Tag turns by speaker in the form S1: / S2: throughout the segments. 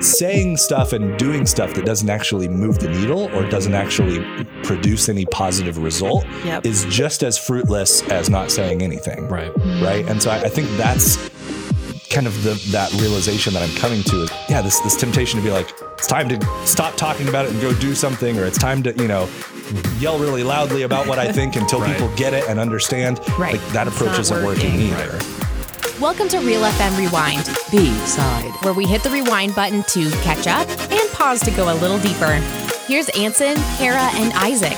S1: saying stuff and doing stuff that doesn't actually move the needle or doesn't actually produce any positive result
S2: Yep.
S1: is just as fruitless as not saying anything.
S3: Right.
S1: Right. And so I, I think that's kind of the that realization that I'm coming to is yeah, this this temptation to be like, it's time to stop talking about it and go do something, or it's time to, you know, yell really loudly about what I think until
S3: Right.
S1: people get it and understand.
S4: Right.
S1: Like that approach
S2: not
S1: isn't working,
S2: working.
S1: either.
S4: Welcome to Real FM Rewind,
S5: B side.
S4: where we hit the rewind button to catch up and pause to go a little deeper. Here's Anson, Kara, and Isaac.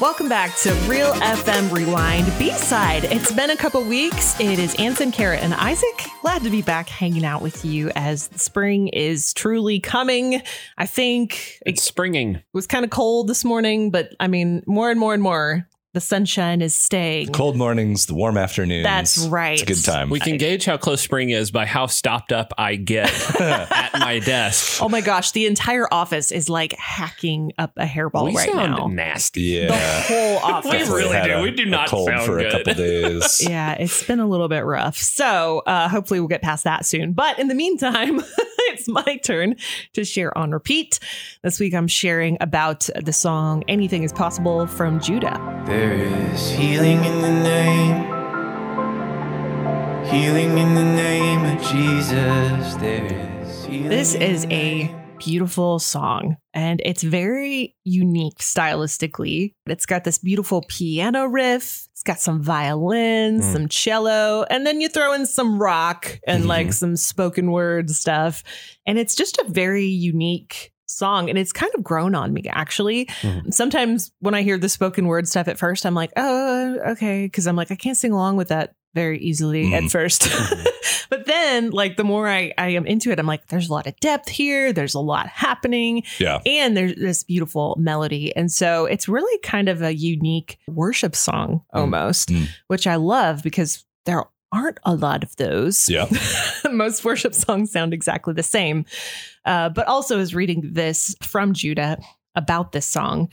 S2: Welcome back to Real FM Rewind B side. It's been a couple weeks. It is Anson, Carrot, and Isaac. Glad to be back hanging out with you as spring is truly coming. I think it
S3: It's springing.
S2: was kind of cold this morning, but I mean, more and more and more, the sunshine is staying.
S1: Cold mornings, the warm afternoons.
S2: That's right.
S1: It's a good time.
S3: We can gauge how close spring is by how stopped up I get at my desk.
S2: Oh my gosh, the entire office is like hacking up a hairball
S3: we
S2: right
S3: sound
S2: now.
S3: nasty.
S2: The
S1: yeah.
S2: whole office.
S3: really
S1: Had
S3: do.
S1: a-
S3: We do
S1: a
S3: not
S1: cold
S3: sound
S1: for a
S3: good.
S1: couple days.
S2: yeah, it's been a little bit rough. So uh, hopefully we'll get past that soon. But in the meantime, it's my turn to share on repeat. This week I'm sharing about the song Anything is Possible from Judah.
S6: There is healing in the name, healing in the name of Jesus. There is healing.
S2: This
S6: in the
S2: is a
S6: name.
S2: beautiful song and it's very unique stylistically. It's got this beautiful piano riff. It's got some violin, some cello, and then you throw in some rock and like some spoken word stuff. And it's just a very unique song and it's kind of grown on me actually.
S3: Mhm.
S2: Sometimes when I hear the spoken word stuff at first I'm like, "Oh, okay," cuz I'm like I can't sing along with that very easily at
S1: Mhm.
S2: first. but then like the more I I am into it, I'm like there's a lot of depth here, there's a lot happening
S1: Yeah.
S2: and there's this beautiful melody. And so it's really kind of a unique worship song almost,
S1: Mm.
S2: which I love because there aren't a lot of those.
S1: Yeah.
S2: Most worship songs sound exactly the same. Uh, but also, is reading this from Judah about this song.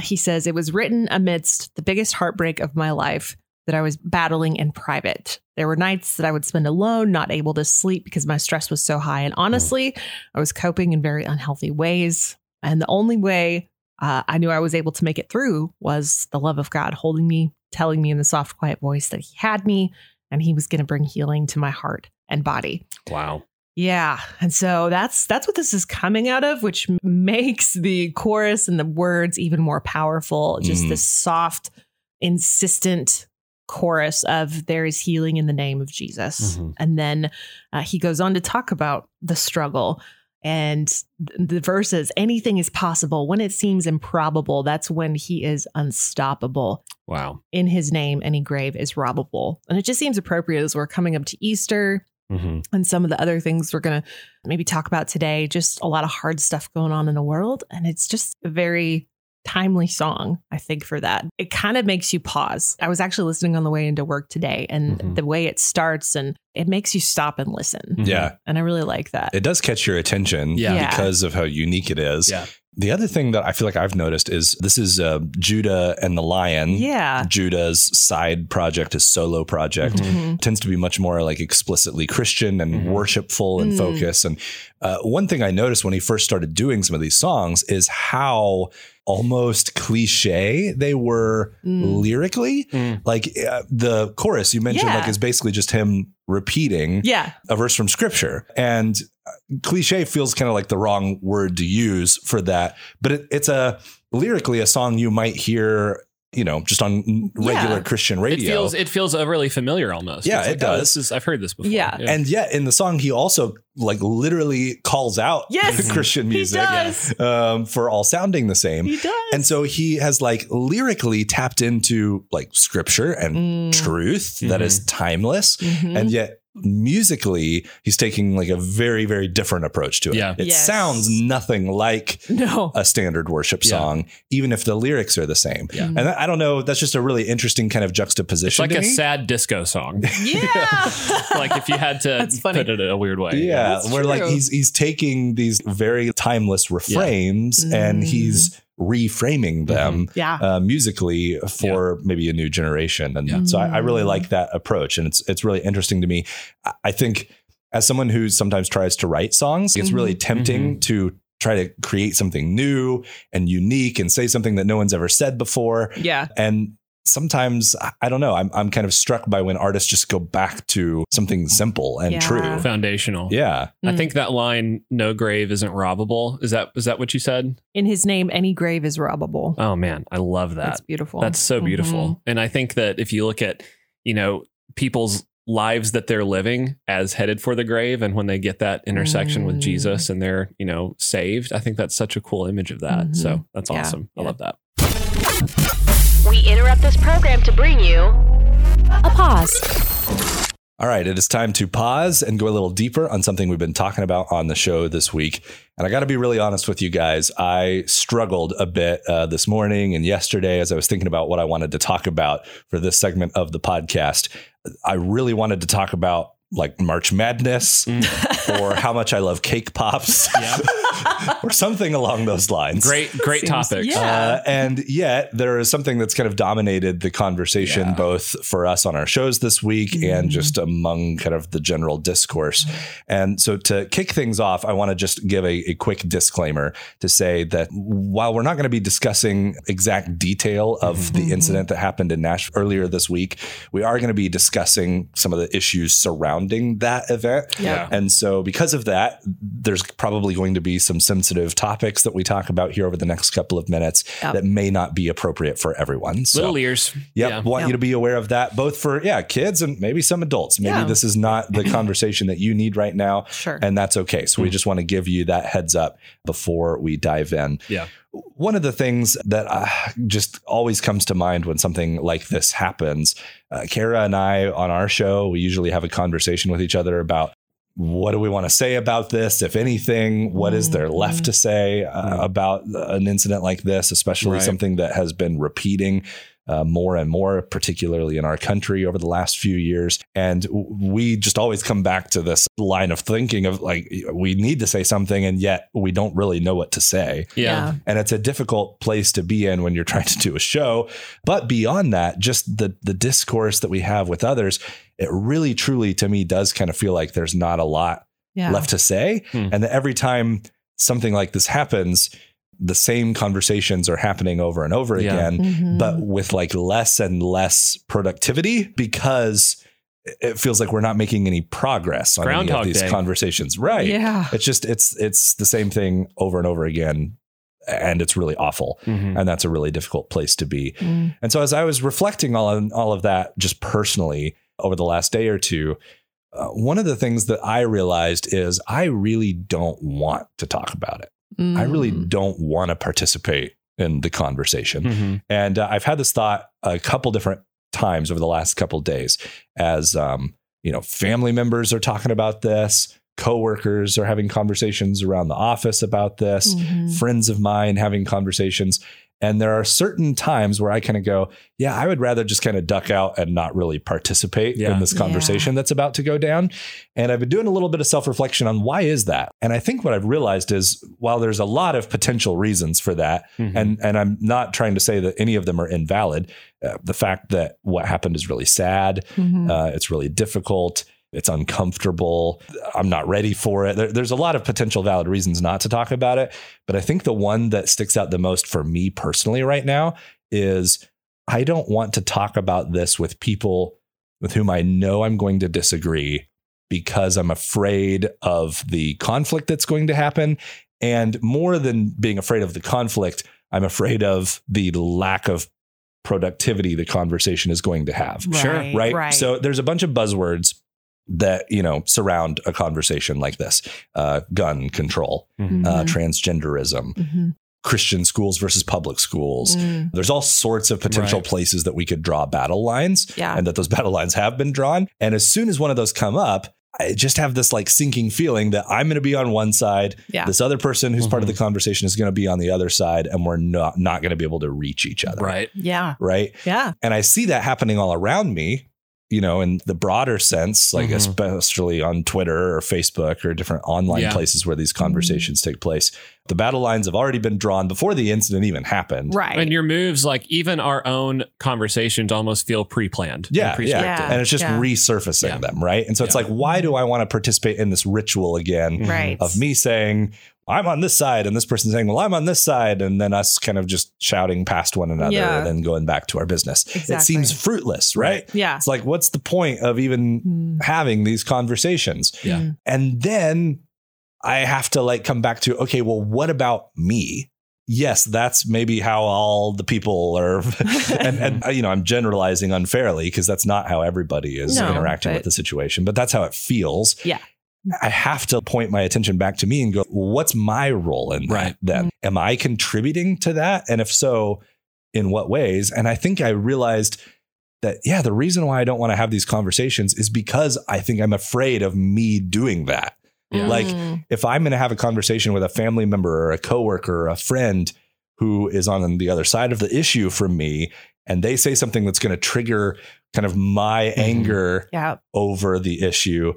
S2: He says, It was written amidst the biggest heartbreak of my life that I was battling in private. There were nights that I would spend alone, not able to sleep because my stress was so high. And honestly, I was coping in very unhealthy ways. And the only way uh, I knew I was able to make it through was the love of God holding me, telling me in the soft, quiet voice that He had me and He was going to bring healing to my heart and body.
S3: Wow.
S2: Yeah, and so that's that's what this is coming out of, which m- makes the chorus and the words even more powerful. Just
S1: Mhm.
S2: this soft, insistent chorus of "There is healing in the name of Jesus,"
S3: Mhm.
S2: and then uh, he goes on to talk about the struggle and th- the verses. Anything is possible when it seems improbable. That's when he is unstoppable
S3: Wow.
S2: in his name. Any grave is robbable, and it just seems appropriate as we're coming up to Easter
S3: Mm-hmm.
S2: and some of the other things we're going to maybe talk about today. Just a lot of hard stuff going on in the world. And it's just a very timely song, I think, for that. It kind of makes you pause. I was actually listening on the way into work today and
S3: Mhm.
S2: the way it starts and it makes you stop and listen.
S3: Mhm.
S1: Yeah.
S2: And I really like that.
S1: It does catch your attention
S3: Yeah.
S2: Yeah.
S1: because of how unique it is.
S3: Yeah.
S1: The other thing that I feel like I've noticed is this is uh, Judah and the Lion.
S2: yeah.
S1: Judah's side project, his solo project,
S3: Mhm.
S2: Mhm.
S1: tends to be much more like explicitly Christian and
S3: Mhm.
S1: worshipful and
S2: Mm.
S1: focus. And uh, one thing I noticed when he first started doing some of these songs is how almost cliche they were
S2: Mm.
S1: lyrically.
S3: Mm.
S1: Like uh, the chorus you mentioned,
S2: Yeah.
S1: like is basically just him repeating
S2: Yeah.
S1: a verse from scripture. And uh, cliche feels kind of like the wrong word to use for that, but it, it's a lyrically a song you might hear, you know, just on n- regular
S2: Yeah.
S1: Christian
S3: It
S1: radio.
S3: feels it feels overly familiar almost.
S1: Yeah,
S3: It's
S1: it
S3: oh,
S1: does.
S3: this is I've heard this before.
S2: Yeah.
S1: and yet in the song, he also like literally calls out
S2: Yes,
S1: Christian music
S2: he does.
S1: um, for all sounding the same.
S2: He does.
S1: and so he has like lyrically tapped into like scripture and
S2: Mm.
S1: truth that
S3: Mhm.
S1: is timeless.
S2: Mhm.
S1: and yet musically he's taking like a very very different approach to it
S3: Yeah.
S1: it
S2: Yes.
S1: sounds nothing like
S2: no.
S1: a standard worship
S3: Yeah.
S1: song even if the lyrics are the same
S3: Yeah.
S1: and i I don't know that's just a really interesting kind of
S3: it's
S1: juxtaposition
S3: like
S1: to
S3: a
S1: me.
S3: sad disco song.
S2: yeah.
S3: like if you had to
S2: That's funny.
S3: put it in a weird way.
S1: yeah
S2: That's
S1: where like
S2: true.
S1: he's he's taking these very timeless refrains and
S2: Mm.
S1: he's reframing them
S2: yeah.
S1: uh, musically for maybe a new generation. And
S2: Yeah.
S1: so I, I really
S2: Mm.
S1: like that approach. And it's it's really interesting to me. I- I think as someone who sometimes tries to write songs, it's really
S2: Mm-hmm.
S1: tempting to try to create something new and unique and say something that no one's ever said before.
S2: Yeah.
S1: And sometimes I- I don't know, I'm I'm kind of struck by when artists just go back to something simple and
S2: Yeah.
S1: true.
S3: Foundational.
S1: Yeah.
S3: I
S2: Mm.
S3: think that line, no grave isn't robbable. Is that is that what you said?
S2: In his name, any grave is robbable.
S3: Oh man, I love that.
S2: That's beautiful.
S3: That's so beautiful.
S2: Mm-hmm.
S3: And I think that if you look at, you know, people's lives that they're living as headed for the grave and when they get that intersection with
S2: Mm.
S3: Jesus and they're, you know, saved, I think that's such a cool image of that.
S2: Mhm.
S3: So that's
S2: Yeah.
S3: awesome. I
S2: Yeah.
S3: love that.
S5: We interrupt this program to bring you
S4: A pause.
S1: All right, it is time to pause and go a little deeper on something we've been talking about on the show this week. And I got to be really honest with you guys. I struggled a bit uh, this morning and yesterday as I was thinking about what I wanted to talk about for this segment of the podcast. I really wanted to talk about like March Madness or how much I love cake pops or something along those lines.
S3: Great, great
S2: Seems-
S3: topics.
S2: yeah.
S1: Uh, and yet, there is something that's kind of dominated the conversation,
S3: Yeah.
S1: both for us on our shows this week and just among kind of the general discourse. And so, to kick things off, I want to just give a, a quick disclaimer to say that while we're not going to be discussing exact detail of the incident that happened in Nashville earlier this week, we are going to be discussing some of the issues surrounding that event.
S2: Mm-hmm. Yeah.
S1: And so, because of that, there's probably going to be some sensitive topics that we talk about here over the next couple of minutes
S2: Yep.
S1: that may not be appropriate for everyone. So,
S3: Little ears.
S1: yep,
S3: Yeah.
S1: want you
S2: Yep.
S1: to be aware of that, both for yeah, kids and maybe some adults. Maybe
S2: Yeah.
S1: this is not the conversation that you need right now.
S2: Sure.
S1: And that's okay. So we just want to give you that heads up before we dive in.
S3: Yeah.
S1: One of the things that uh, just always comes to mind when something like this happens, uh, Kara and I on our show, we usually have a conversation with each other about what do we want to say about this, if anything? What is there left to say uh, about an incident like this, especially
S3: Right.
S1: something that has been repeating uh, more and more, particularly in our country over the last few years. And w- we just always come back to this line of thinking of like, we need to say something, and yet we don't really know what to say.
S3: Yeah.
S1: And it's a difficult place to be in when you're trying to do a show. But beyond that, just the the discourse that we have with others, it really truly to me does kind of feel like there's not a lot
S2: yeah.
S1: left to say.
S3: Hmm.
S1: And that every time something like this happens, the same conversations are happening over and over
S3: Yeah.
S1: again
S2: Mhm.
S1: but with like less and less productivity because it feels like we're not making any progress on any of
S3: Groundhog
S1: these
S3: Day.
S1: conversations. Right.
S2: Yeah.
S1: It's just it's it's the same thing over and over again. And it's really awful.
S3: Mhm.
S1: And that's a really difficult place to be.
S3: Mm-hmm.
S2: Mm.
S1: And so as I was reflecting all on all of that just personally over the last day or two, uh, one of the things that I realized is I really don't want to talk about it. I really
S2: Mm.
S1: don't want to participate in the conversation.
S3: Mhm.
S1: And uh, I've had this thought a couple different times over the last couple days as um, you know, family members are talking about this, coworkers are having conversations around the office about this,
S3: Mm-hmm.
S2: Mhm.
S1: friends of mine having conversations. And there are certain times where I kind of go, yeah, I would rather just kind of duck out and not really participate
S3: Yeah.
S1: in this conversation that's about to go down. And I've been doing a little bit of self reflection on why is that? And I think what I've realized is while there's a lot of potential reasons for that,
S3: Mhm.
S1: and and I'm not trying to say that any of them are invalid. Uh, the fact that what happened is really sad.
S2: Mhm.
S3: Mm-hmm.
S1: Uh, it's really difficult. It's uncomfortable. I'm not ready for it. There- there's a lot of potential valid reasons not to talk about it, but I think the one that sticks out the most for me personally right now is I don't want to talk about this with people with whom I know I'm going to disagree because I'm afraid of the conflict that's going to happen. And more than being afraid of the conflict, I'm afraid of the lack of productivity the conversation is going to have
S3: Sure,
S1: right? So there's a bunch of buzzwords that you know surround a conversation like this: uh, gun control,
S3: Mhm.
S1: uh, transgenderism,
S3: Mm-hmm.
S2: Mhm.
S1: Christian schools versus public schools.
S2: Mm.
S1: There's all sorts of potential
S3: Right.
S1: places that we could draw battle lines,
S2: Yeah.
S1: and that those battle lines have been drawn. And as soon as one of those come up. I just have this like sinking feeling that I'm going to be on one side.
S2: Yeah.
S1: This other person who's part of the conversation is going to be on the other side, and we're not not going to be able to reach each other.
S3: Right.
S2: yeah.
S1: Right.
S2: Yeah.
S1: And I see that happening all around me you know, in the broader sense, like
S3: Mhm.
S1: especially on Twitter or Facebook or different online
S3: Yeah. Mm-hmm.
S1: places where these conversations take place, the battle lines have already been drawn before the incident even happened.
S2: Right.
S3: And your moves, like even our own conversations, almost feel pre-planned. and
S1: Yeah, yeah.
S3: prescripted.
S1: And it's just
S2: Yeah.
S1: resurfacing
S3: Yeah.
S1: them, right? And so it's
S3: Yeah. Mm.
S1: like, why do I want to participate in this ritual again?
S2: right.
S1: of me saying I'm on this side and this person saying, well, I'm on this side, and then us kind of just shouting past one another
S2: Yeah.
S1: and then going back to our business. It
S2: Exactly.
S1: seems fruitless, right?
S2: Yeah.
S1: It's like, what's the point of even
S2: Mm.
S1: having these conversations?
S3: Yeah.
S2: Mm.
S1: And then I have to like come back to, okay, well, what about me? Yes, that's maybe how all the people are, and, and uh, you know, I'm generalizing unfairly because that's not how everybody is
S2: No,
S1: interacting with
S2: but-
S1: the situation, but that's how it feels.
S2: Yeah.
S1: I have to point my attention back to me and go, what's my role in that
S3: Right.
S1: then?
S2: Mm-hmm.
S1: Am I contributing to that? And if so, in what ways? And I think I realized that, yeah, the reason why I don't want to have these conversations is because I think I'm afraid of me doing that.
S3: Yeah.
S1: Like if I'm going to have a conversation with a family member or a coworker or a friend who is on the other side of the issue from me, and they say something that's going to trigger kind of my
S2: Mm-hmm.
S3: Mhm.
S1: anger
S2: Yeah.
S1: over the issue.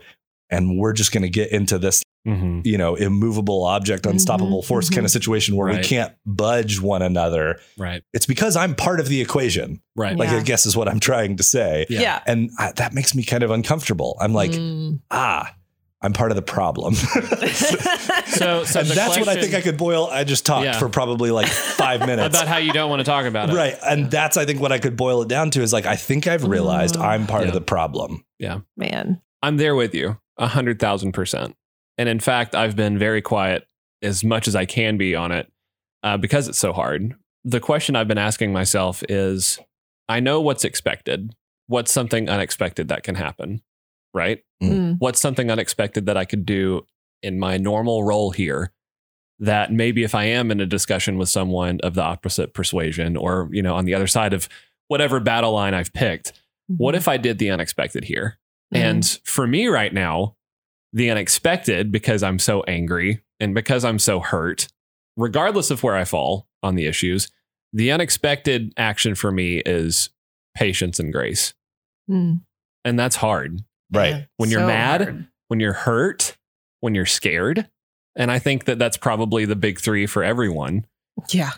S1: And we're just going to get into this
S3: Mhm.
S1: you know, immovable object,
S2: Mm-hmm.
S1: unstoppable force kind of situation where we
S3: Right.
S1: can't budge one another.
S3: Right.
S1: It's because I'm part of the equation.
S3: Right.
S1: Like,
S2: Yeah.
S1: I guess is what I'm trying to say.
S3: Yeah.
S2: Yeah.
S1: And I, that makes me kind of uncomfortable. I'm like,
S2: Mm.
S1: ah, I'm part of the problem.
S3: So, so
S1: and
S3: the
S1: that's what I
S3: question
S1: think I could boil. I just talked
S3: Yeah.
S1: for probably like five minutes.
S3: about how you don't want to talk about it.
S1: Right. And that's, I think, what I could boil it down to is like, I think I've realized
S2: Mm.
S1: I'm part
S3: Yeah.
S1: of the problem.
S2: Man.
S3: I'm there with you, a hundred thousand percent. And in fact, I've been very quiet as much as I can be on it uh, because it's so hard. The question I've been asking myself is: I know what's expected. What's something unexpected that can happen? Right.
S2: Mm.
S3: what's something unexpected that I could do in my normal role here that maybe if I am in a discussion with someone of the opposite persuasion or, you know, on the other side of whatever battle line I've picked, what if I did the unexpected here?
S2: Mhm.
S3: And for me right now, the unexpected, because I'm so angry and because I'm so hurt, regardless of where I fall on the issues, the unexpected action for me is patience and grace.
S2: Mm.
S3: And that's hard
S1: Right.
S2: Yeah.
S3: When you're
S2: So
S3: mad,
S2: hard.
S3: when you're hurt, when you're scared. And I think that that's probably the big three for everyone.
S2: Yeah.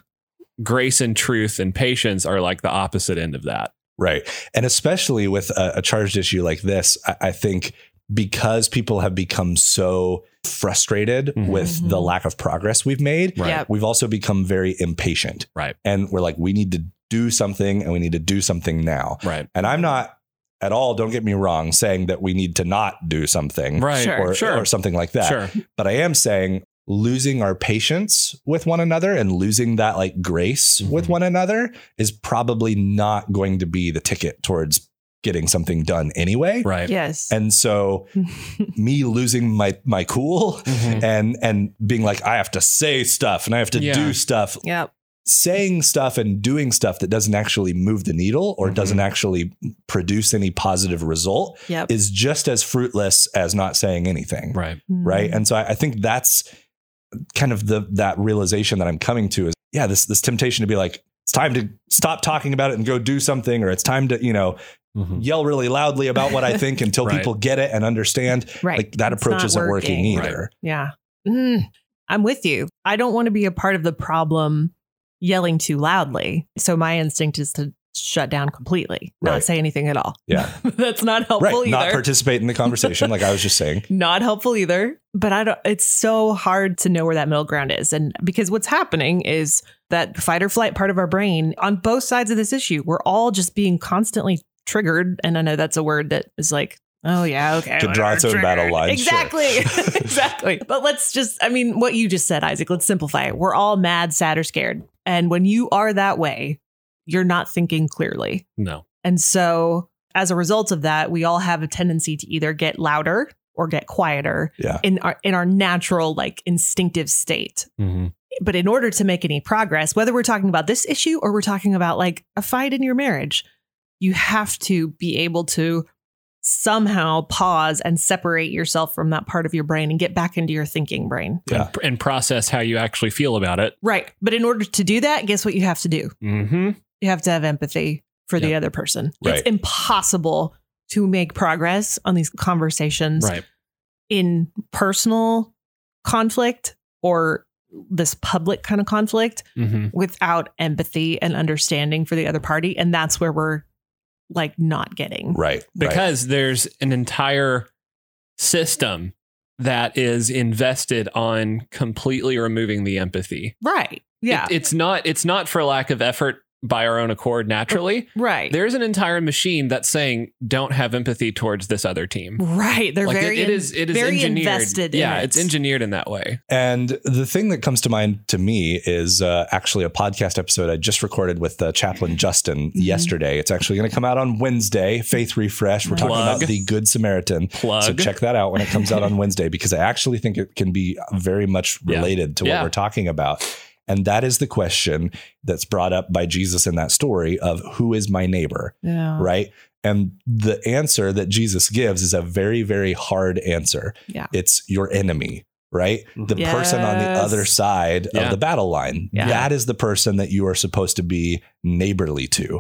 S3: Grace and truth and patience are like the opposite end of that.
S1: Right. And especially with a, a charged issue like this, I, I think because people have become so frustrated
S3: Mhm.
S1: with the
S2: Mhm.
S1: lack of progress we've made,
S3: Right.
S2: Yep.
S1: we've also become very impatient.
S3: Right.
S1: And we're like, we need to do something and we need to do something now.
S3: Right.
S1: And I'm not at all, don't get me wrong, saying that we need to not do something
S3: Right.
S2: Sure.
S1: Mm-hmm. or,
S3: Sure.
S1: or something like that.
S3: Sure.
S1: But I am saying losing our patience with one another and losing that like grace with
S3: Mhm.
S1: one another is probably not going to be the ticket towards getting something done anyway.
S3: Right.
S2: Yes.
S1: And so me losing my my cool
S3: Mhm.
S1: and and being like I have to say stuff and I have to
S3: Yeah.
S1: do stuff
S2: yep.
S1: saying stuff and doing stuff that doesn't actually move the needle or
S3: Mhm.
S1: doesn't actually produce any positive result
S2: Yep.
S1: is just as fruitless as not saying anything
S3: Right.
S1: right and so I, I think that's kind of the that realization that i'm coming to is yeah this this temptation to be like it's time to stop talking about it and go do something or it's time to you know
S3: Mhm.
S1: yell really loudly about what i think until
S3: Right.
S1: people get it and understand
S2: Mm. Right.
S1: like that
S2: It's
S1: approach
S2: not
S1: isn't working,
S2: working.
S1: either
S2: Yeah. Mm, I'm with you. I don't want to be a part of the problem yelling too loudly. So my instinct is to shut down completely,
S1: Right.
S2: not say anything at all.
S1: Yeah.
S2: That's not helpful
S1: right
S2: either.
S1: not participate in the conversation like i was just saying
S2: not helpful either but i don't it's so hard to know where that middle ground is and because what's happening is that fight or flight part of our brain on both sides of this issue we're all just being constantly triggered and i know that's a word that is like oh yeah okay
S1: Could draw its own
S2: whatever,
S1: battle line, sure.
S2: exactly exactly but let's just i mean what you just said isaac let's simplify it we're all mad sad or scared and when you are that way you're not thinking clearly
S3: No.
S2: and so, as a result of that, we all have a tendency to either get louder or get quieter
S1: Yeah.
S2: in our in our natural like instinctive state.
S3: Mm-hmm.
S2: But in order to make any progress, whether we're talking about this issue or we're talking about like a fight in your marriage, you have to be able to somehow pause and separate yourself from that part of your brain and get back into your thinking brain.
S1: Yeah.
S3: And, and process how you actually feel about it.
S2: Right. But in order to do that, guess what you have to do?
S3: Mm-hmm.
S2: you have to have empathy for the other person.
S1: Right.
S2: It's impossible to make progress on these conversations
S3: Right.
S2: in personal conflict or this public kind of conflict
S3: Mm-hmm.
S2: without empathy and understanding for the other party. And that's where we're like not getting.
S1: Right. right.
S3: Because there's an entire system that is invested on completely removing the empathy.
S2: Right. Yeah.
S3: It- it's not it's not for lack of effort by our own accord naturally.
S2: right.
S3: There's an entire machine that's saying don't have empathy towards this other team.
S2: right. They're
S3: Like, it-
S2: very
S3: it is it is
S2: very
S3: engineered.
S2: invested in
S3: yeah,
S2: it.
S3: it's engineered in that way.
S1: And the thing that comes to mind to me is uh, actually a podcast episode I just recorded with uh, Chaplain Justin yesterday. It's actually going to come out on Wednesday, Faith Refresh. We're talking
S3: Plug.
S1: about the Good Samaritan.
S3: Plug.
S1: So check that out when it comes out on Wednesday because I actually think it can be very much
S3: Yeah.
S1: related to what
S3: Yeah.
S1: we're talking about. And that is the question that's brought up by Jesus in that story of who is my neighbor?
S2: yeah.
S1: right? And the answer that Jesus gives is a very, very hard answer.
S2: Yeah.
S1: It's your enemy, right? The
S2: Mhm.
S1: person on the
S2: Yes.
S1: other side
S3: Mm-hmm. Yeah.
S1: of the battle line.
S2: Yeah.
S1: That is the person that you are supposed to be neighborly to.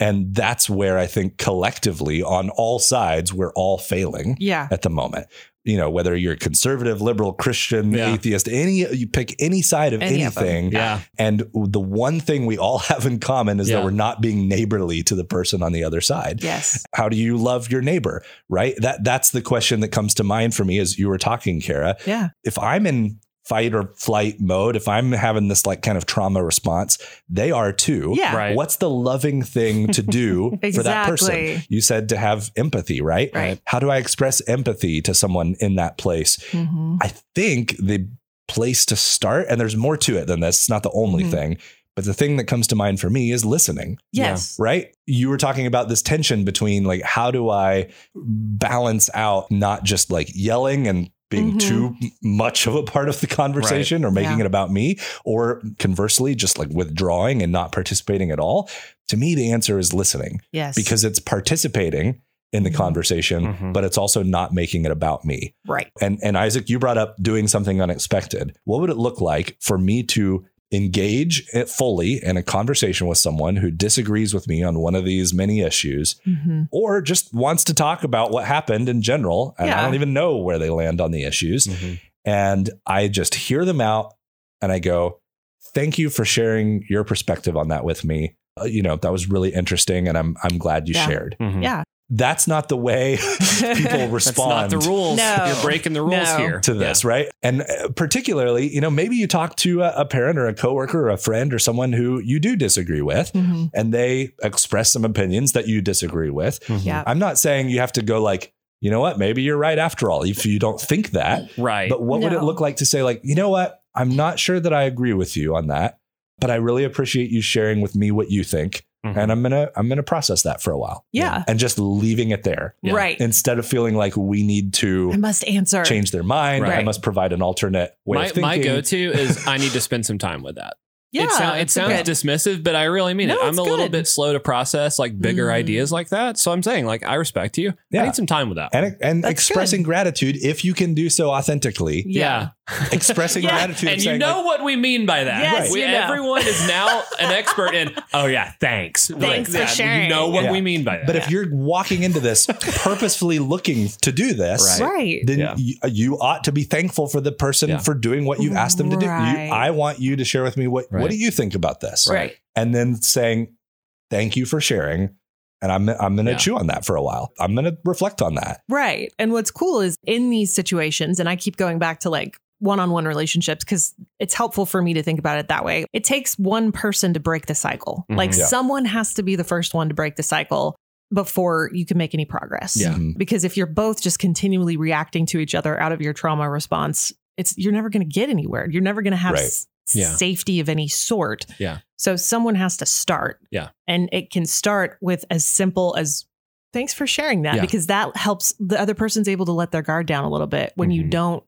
S1: And that's where I think collectively on all sides, we're all failing
S2: Yeah.
S1: at the moment. You know, whether you're conservative, liberal, Christian,
S3: Yeah.
S1: atheist, any, you pick any side of
S2: Any of them.
S1: anything.
S3: Yeah.
S1: And the one thing we all have in common is
S3: Yeah.
S1: that we're not being neighborly to the person on the other side.
S2: Yes.
S1: How do you love your neighbor? Right? That that's the question that comes to mind for me as you were talking, Kara.
S2: Yeah.
S1: If I'm in fight or flight mode, if I'm having this like kind of trauma response, they are too.
S2: Yeah.
S3: Right.
S1: What's the loving thing to do for that person?
S2: Exactly.
S1: You said to have empathy, right?
S2: Right.
S1: How do I express empathy to someone in that place?
S2: Mhm.
S1: I think the place to start, and there's more to it than this, it's not the only
S2: Mhm.
S1: thing, but the thing that comes to mind for me is listening,
S2: Yes.
S1: right? You were talking about this tension between like, how do I balance out not just like yelling and being
S2: Mhm.
S1: too m- much of a part of the conversation or making
S2: Yeah.
S1: it about me, or conversely, just like withdrawing and not participating at all. To me, the answer is listening
S2: Yes.
S1: because it's participating in the
S2: Mhm.
S1: conversation,
S3: Mhm.
S1: but it's also not making it about me
S2: right.
S1: and and Isaac, you brought up doing something unexpected. What would it look like for me to engage it fully in a conversation with someone who disagrees with me on one of these many issues,
S2: Mm-hmm.
S1: or just wants to talk about what happened in general? And I
S2: Yeah.
S1: don't even know where they land on the issues, and I just hear them out, and I go, "Thank you for sharing your perspective on that with me." Uh, you know, that was really interesting, and I'm I'm glad you
S2: Yeah.
S1: shared.
S2: Yeah.
S1: That's not the way people
S3: That's
S1: respond
S3: not the rules.
S2: No.
S3: You're breaking the rules
S2: No.
S3: here.
S1: to this, right? And uh, particularly, you know, maybe you talk to a, a parent or a coworker or a friend or someone who you do disagree with,
S2: Mhm.
S1: and they express some opinions that you disagree with.
S2: Yeah.
S1: I'm not saying you have to go like, you know what, maybe you're right after all, if you don't think that.
S3: Right.
S1: But what would it
S2: No.
S1: look like to say, like, you know what, I'm not sure that I agree with you on that, but I really appreciate you sharing with me what you think.
S3: Mhm.
S1: And I'm gonna I'm gonna process that for a while.
S2: Yeah.
S1: And just leaving it there.
S3: Yeah.
S2: Right.
S1: Instead of feeling like we need to
S2: I must answer.
S1: change their mind. I
S3: Right.
S1: must provide an alternate way
S3: my,
S1: of thinking.
S3: my go-to is I need to spend some time with that.
S2: Yeah.
S3: it, sound, it
S2: it's a
S3: sounds
S2: good-
S3: dismissive, but I really mean
S2: No,
S3: it. I'm
S2: it's
S3: a little
S2: good.
S3: bit slow to process like bigger
S2: Mm.
S3: ideas like that. So I'm saying like I respect you.
S1: Yeah.
S3: I need some time with that.
S1: and, and
S2: That's
S1: expressing gratitude if you can do so authentically.
S2: Yeah.
S1: Expressing
S2: Yeah.
S1: gratitude,
S3: And
S1: of
S3: you
S1: saying,
S3: know
S1: like,
S3: what we mean by that.
S2: Yes,
S3: We-
S2: you know.
S3: Everyone is now an expert in. Oh yeah, thanks.
S2: Thanks for
S3: that. You
S2: sharing.
S3: know what
S1: Yeah.
S3: we mean by that.
S1: but if you're walking into this purposefully looking to do this,
S3: Right.
S2: Right.
S1: then
S3: Yeah.
S1: you, you ought to be thankful for the person
S3: Yeah.
S1: for doing what you've asked them to do. You,
S2: Right.
S1: I want you to share with me what what
S3: Right.
S1: do you think about this,
S2: Right.
S1: and then saying thank you for sharing. And I'm I'm gonna
S3: Yeah.
S1: chew on that for a while. I'm gonna reflect on that.
S2: Right. And what's cool is in these situations, and I keep going back to like one on one relationships because it's helpful for me to think about it that way. It takes one person to break the cycle.
S3: Mhm.
S2: Like
S1: Yeah.
S2: someone has to be the first one to break the cycle before you can make any progress.
S3: Yeah.
S1: Mhm.
S2: Because if you're both just continually reacting to each other out of your trauma response, it's you're never going to get anywhere. You're never going to have
S1: Right.
S2: s-
S3: Yeah.
S2: safety of any sort.
S3: Yeah.
S2: So someone has to start.
S3: Yeah.
S2: And it can start with as simple as thanks for sharing that
S3: Yeah.
S2: because that helps the other person's able to let their guard down a little bit when you
S1: Mm-hmm.
S3: Mhm.
S2: don't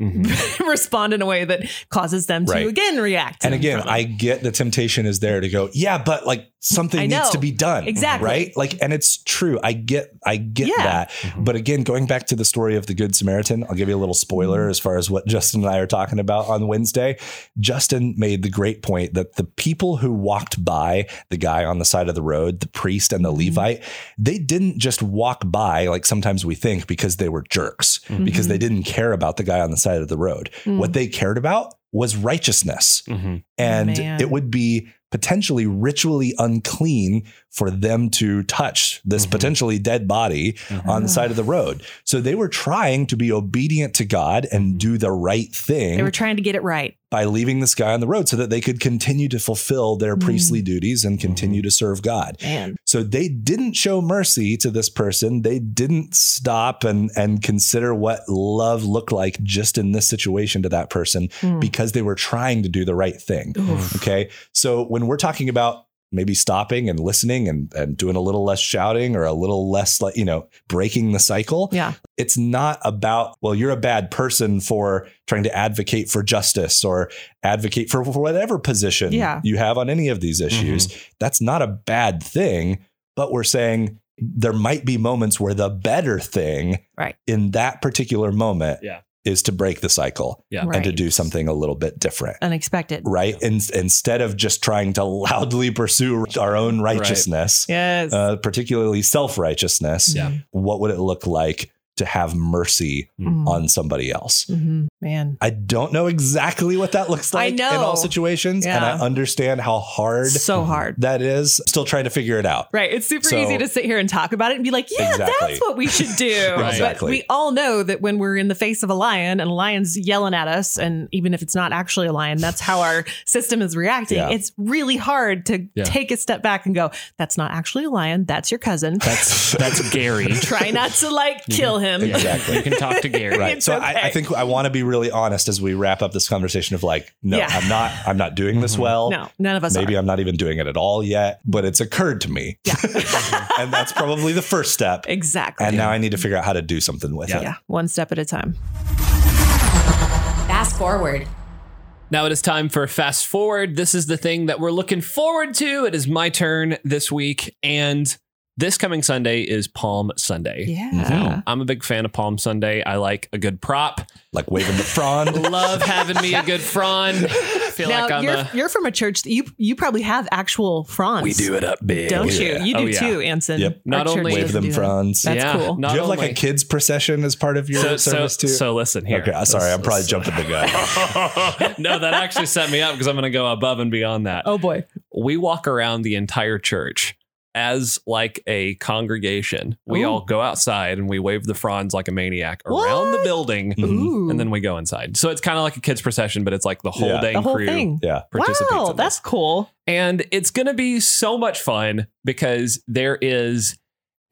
S3: Mhm.
S2: respond in a way that causes them
S1: Right.
S2: to again react.
S1: And again,
S2: from it.
S1: I get the temptation is there to go, yeah, but like
S2: I
S1: something needs
S2: know.
S1: to be done.
S2: Exactly.
S1: Right? Like, and it's true. I get I get
S2: Yeah.
S1: that. But again, going back to the story of the Good Samaritan, I'll give you a little spoiler
S2: Mm-hmm.
S1: as far as what Justin and I are talking about on Wednesday. Justin made the great point that the people who walked by the guy on the side of the road, the priest and the
S2: Mm-hmm.
S1: Levite, they didn't just walk by like sometimes we think because they were jerks,
S2: Mm-hmm.
S1: because they didn't care about the guy on the side of the road.
S2: Mm.
S1: What they cared about was righteousness
S3: Mhm.
S1: and
S2: Man.
S1: it would be potentially ritually unclean for them to touch this
S3: Mhm.
S1: potentially dead body on the side of the road. So they were trying to be obedient to God and do the right
S2: They
S1: thing
S2: were trying to get it right.
S1: by leaving this guy on the road so that they could continue to fulfill their
S2: Mm.
S1: priestly duties and continue to serve God.
S2: Man.
S1: So they didn't show mercy to this person. They didn't stop and and consider what love looked like just in this situation to that person
S2: Mm.
S1: because they were trying to do the right thing. Okay. So when we're talking about maybe stopping and listening and, and doing a little less shouting or a little less like, you know, breaking the cycle,
S2: Yeah.
S1: it's not about, well, you're a bad person for trying to advocate for justice or advocate for, for whatever position
S2: Yeah.
S1: you have on any of these issues. That's not a bad thing, but we're saying there might be moments where the better thing
S2: Right.
S1: in that particular moment
S3: Yeah.
S1: is to break the cycle
S3: Yeah.
S1: and to
S2: Right.
S1: do something a little bit different
S2: Unexpected.
S1: right? In, instead of just trying to loudly pursue our own righteousness,
S2: Yes.
S1: uh, particularly self righteousness,
S3: Yeah.
S1: what would it look like to have mercy
S2: Mm.
S1: on somebody else?
S2: Mhm. Man.
S1: I don't know exactly what that looks
S2: I
S1: like in
S2: know.
S1: all situations, and I
S2: Yeah.
S1: understand how hard
S2: So hard.
S1: that is. Still trying to figure it out.
S2: Right. It's super
S1: So-
S2: easy to sit here and talk about it and be like, yeah,
S1: Exactly.
S2: that's what we should do.
S3: Right.
S1: Exactly.
S2: But we all know that when we're in the face of a lion and a lion's yelling at us, and even if it's not actually a lion, that's how our system is reacting.
S1: Yeah.
S2: It's really hard to
S3: Yeah.
S2: take a step back and go, that's not actually a lion. That's your cousin.
S1: That's
S3: That's Gary.
S2: Try not to like kill him.
S1: exactly.
S3: You can talk to Gary.
S1: Right.
S2: It's
S1: So
S2: okay.
S1: I, I think I want to be really honest as we wrap up this conversation of like, no,
S2: Yeah. Mm-hmm.
S1: I'm not I'm not doing this well.
S2: No, none of us
S1: Maybe
S2: are.
S1: I'm not even doing it at all yet, but it's occurred to me. and that's probably the first step.
S2: exactly.
S1: And uh, now I need to figure out how to do something with
S3: Yeah.
S1: it.
S2: yeah. One step at a time.
S4: Fast forward.
S3: Now it is time for fast forward. This is the thing that we're looking forward to. It is my turn this week. And this coming Sunday is Palm Sunday.
S2: Yeah.
S3: I'm a big fan of Palm Sunday. I like a good prop.
S1: Like waving the frond.
S3: Love having me a good frond. Feel
S2: Now
S3: like I'm
S2: you're,
S3: a
S2: you're from a church that you you probably have actual fronds.
S1: it up big.
S2: don't you? You do
S3: Oh, yeah.
S2: too, Anson.
S1: Yep.
S3: Not
S2: Our church
S3: only-
S1: Wave
S2: doesn't
S1: them
S2: do that.
S1: fronds.
S2: That's
S3: yeah,
S2: cool.
S1: Do
S3: Not
S1: you have
S3: only,
S1: like a kids procession as part of your
S3: so, so,
S1: service too?
S3: so listen here.
S1: okay, I'm sorry, I'm probably
S3: Let's-
S1: jumping the gun.
S3: no, that actually set me up because I'm going to go above and beyond that.
S2: Oh boy.
S3: we walk around the entire church as like a congregation. We
S2: Ooh.
S3: all go outside and we wave the fronds like a maniac around the
S2: What?
S3: building,
S1: Mm-hmm.
S2: Ooh.
S3: Mm-hmm. and then we go inside. So it's kind of like a kids procession, but it's like the whole
S1: Yeah.
S3: dang
S2: the whole
S3: crew
S2: thing.
S1: Yeah.
S3: participates.
S2: Wow,
S3: in this.
S2: that's cool.
S3: And it's going to be so much fun because there is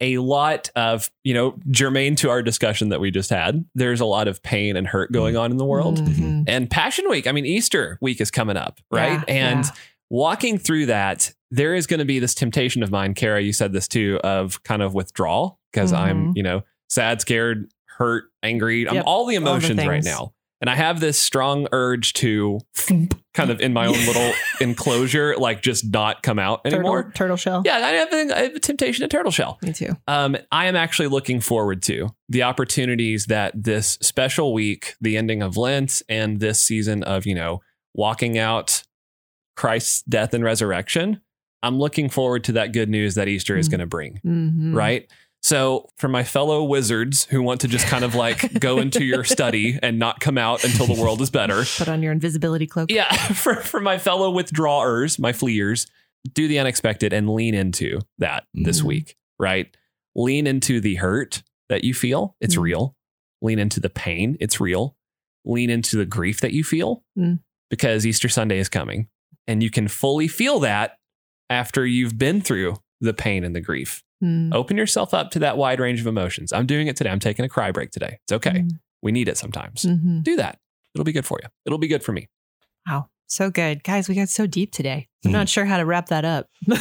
S3: a lot of, you know, germane to our discussion that we just had. There's a lot of pain and hurt going on in the world. Mm-hmm.
S2: Mhm.
S3: And Passion Week, I mean, Easter week is coming up, right?
S2: Yeah,
S3: and
S2: yeah.
S3: walking through that, there is going to be this temptation of mine, Kara, you said this too, of kind of withdrawal because I'm, you know, sad, scared, hurt, angry. I'm
S2: Mm-hmm. Yep,
S3: all the
S2: the
S3: emotions right
S2: things.
S3: now. And I have this strong urge to kind of in my own little enclosure, like just not come out anymore.
S2: Turtle, turtle shell.
S3: Yeah, I have, a, I have a temptation to turtle shell
S2: Me too.
S3: um, I am actually looking forward to the opportunities that this special week, the ending of Lent, and this season of, you know, walking out Christ's death and resurrection. I'm looking forward to that good news that Easter is
S2: Mm.
S3: going to bring,
S2: Mhm.
S3: right? So, for my fellow wizards who want to just kind of like go into your study and not come out until the world is better,
S2: Put on your invisibility cloak.
S3: yeah, for, for my fellow withdrawers, my fleers, do the unexpected and lean into that this
S2: Mhm.
S3: week, right? Lean into the hurt that you feel. It's
S2: Mm.
S3: real. Lean into the pain. It's real. Lean into the grief that you feel
S2: Mm.
S3: because Easter Sunday is coming. And you can fully feel that after you've been through the pain and the grief.
S2: Mm.
S3: Open yourself up to that wide range of emotions. I'm doing it today. I'm taking a cry break today. It's okay.
S2: Mm.
S3: We need it sometimes.
S2: Mhm.
S3: Do that. It'll be good for you. It'll be good for me.
S2: Wow. So good. Guys, we got so deep today. I'm
S1: Mhm.
S2: not sure how to wrap that up.
S1: Yeah,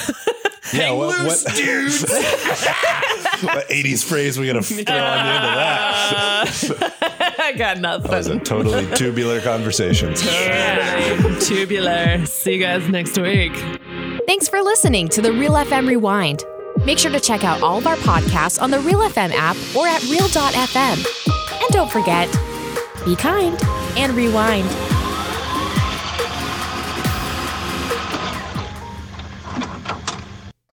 S3: Hang loose, dudes.
S1: what 80s phrase we gonna throw on the end of
S3: Uh,
S1: that?
S2: I got nothing.
S1: That was a totally tubular conversation.
S2: Yeah. Tubular. See you guys next week.
S4: Thanks for listening to the Real FM Rewind. Make sure to check out all of our podcasts on the Real FM app or at Real.fm. And don't forget, be kind and rewind.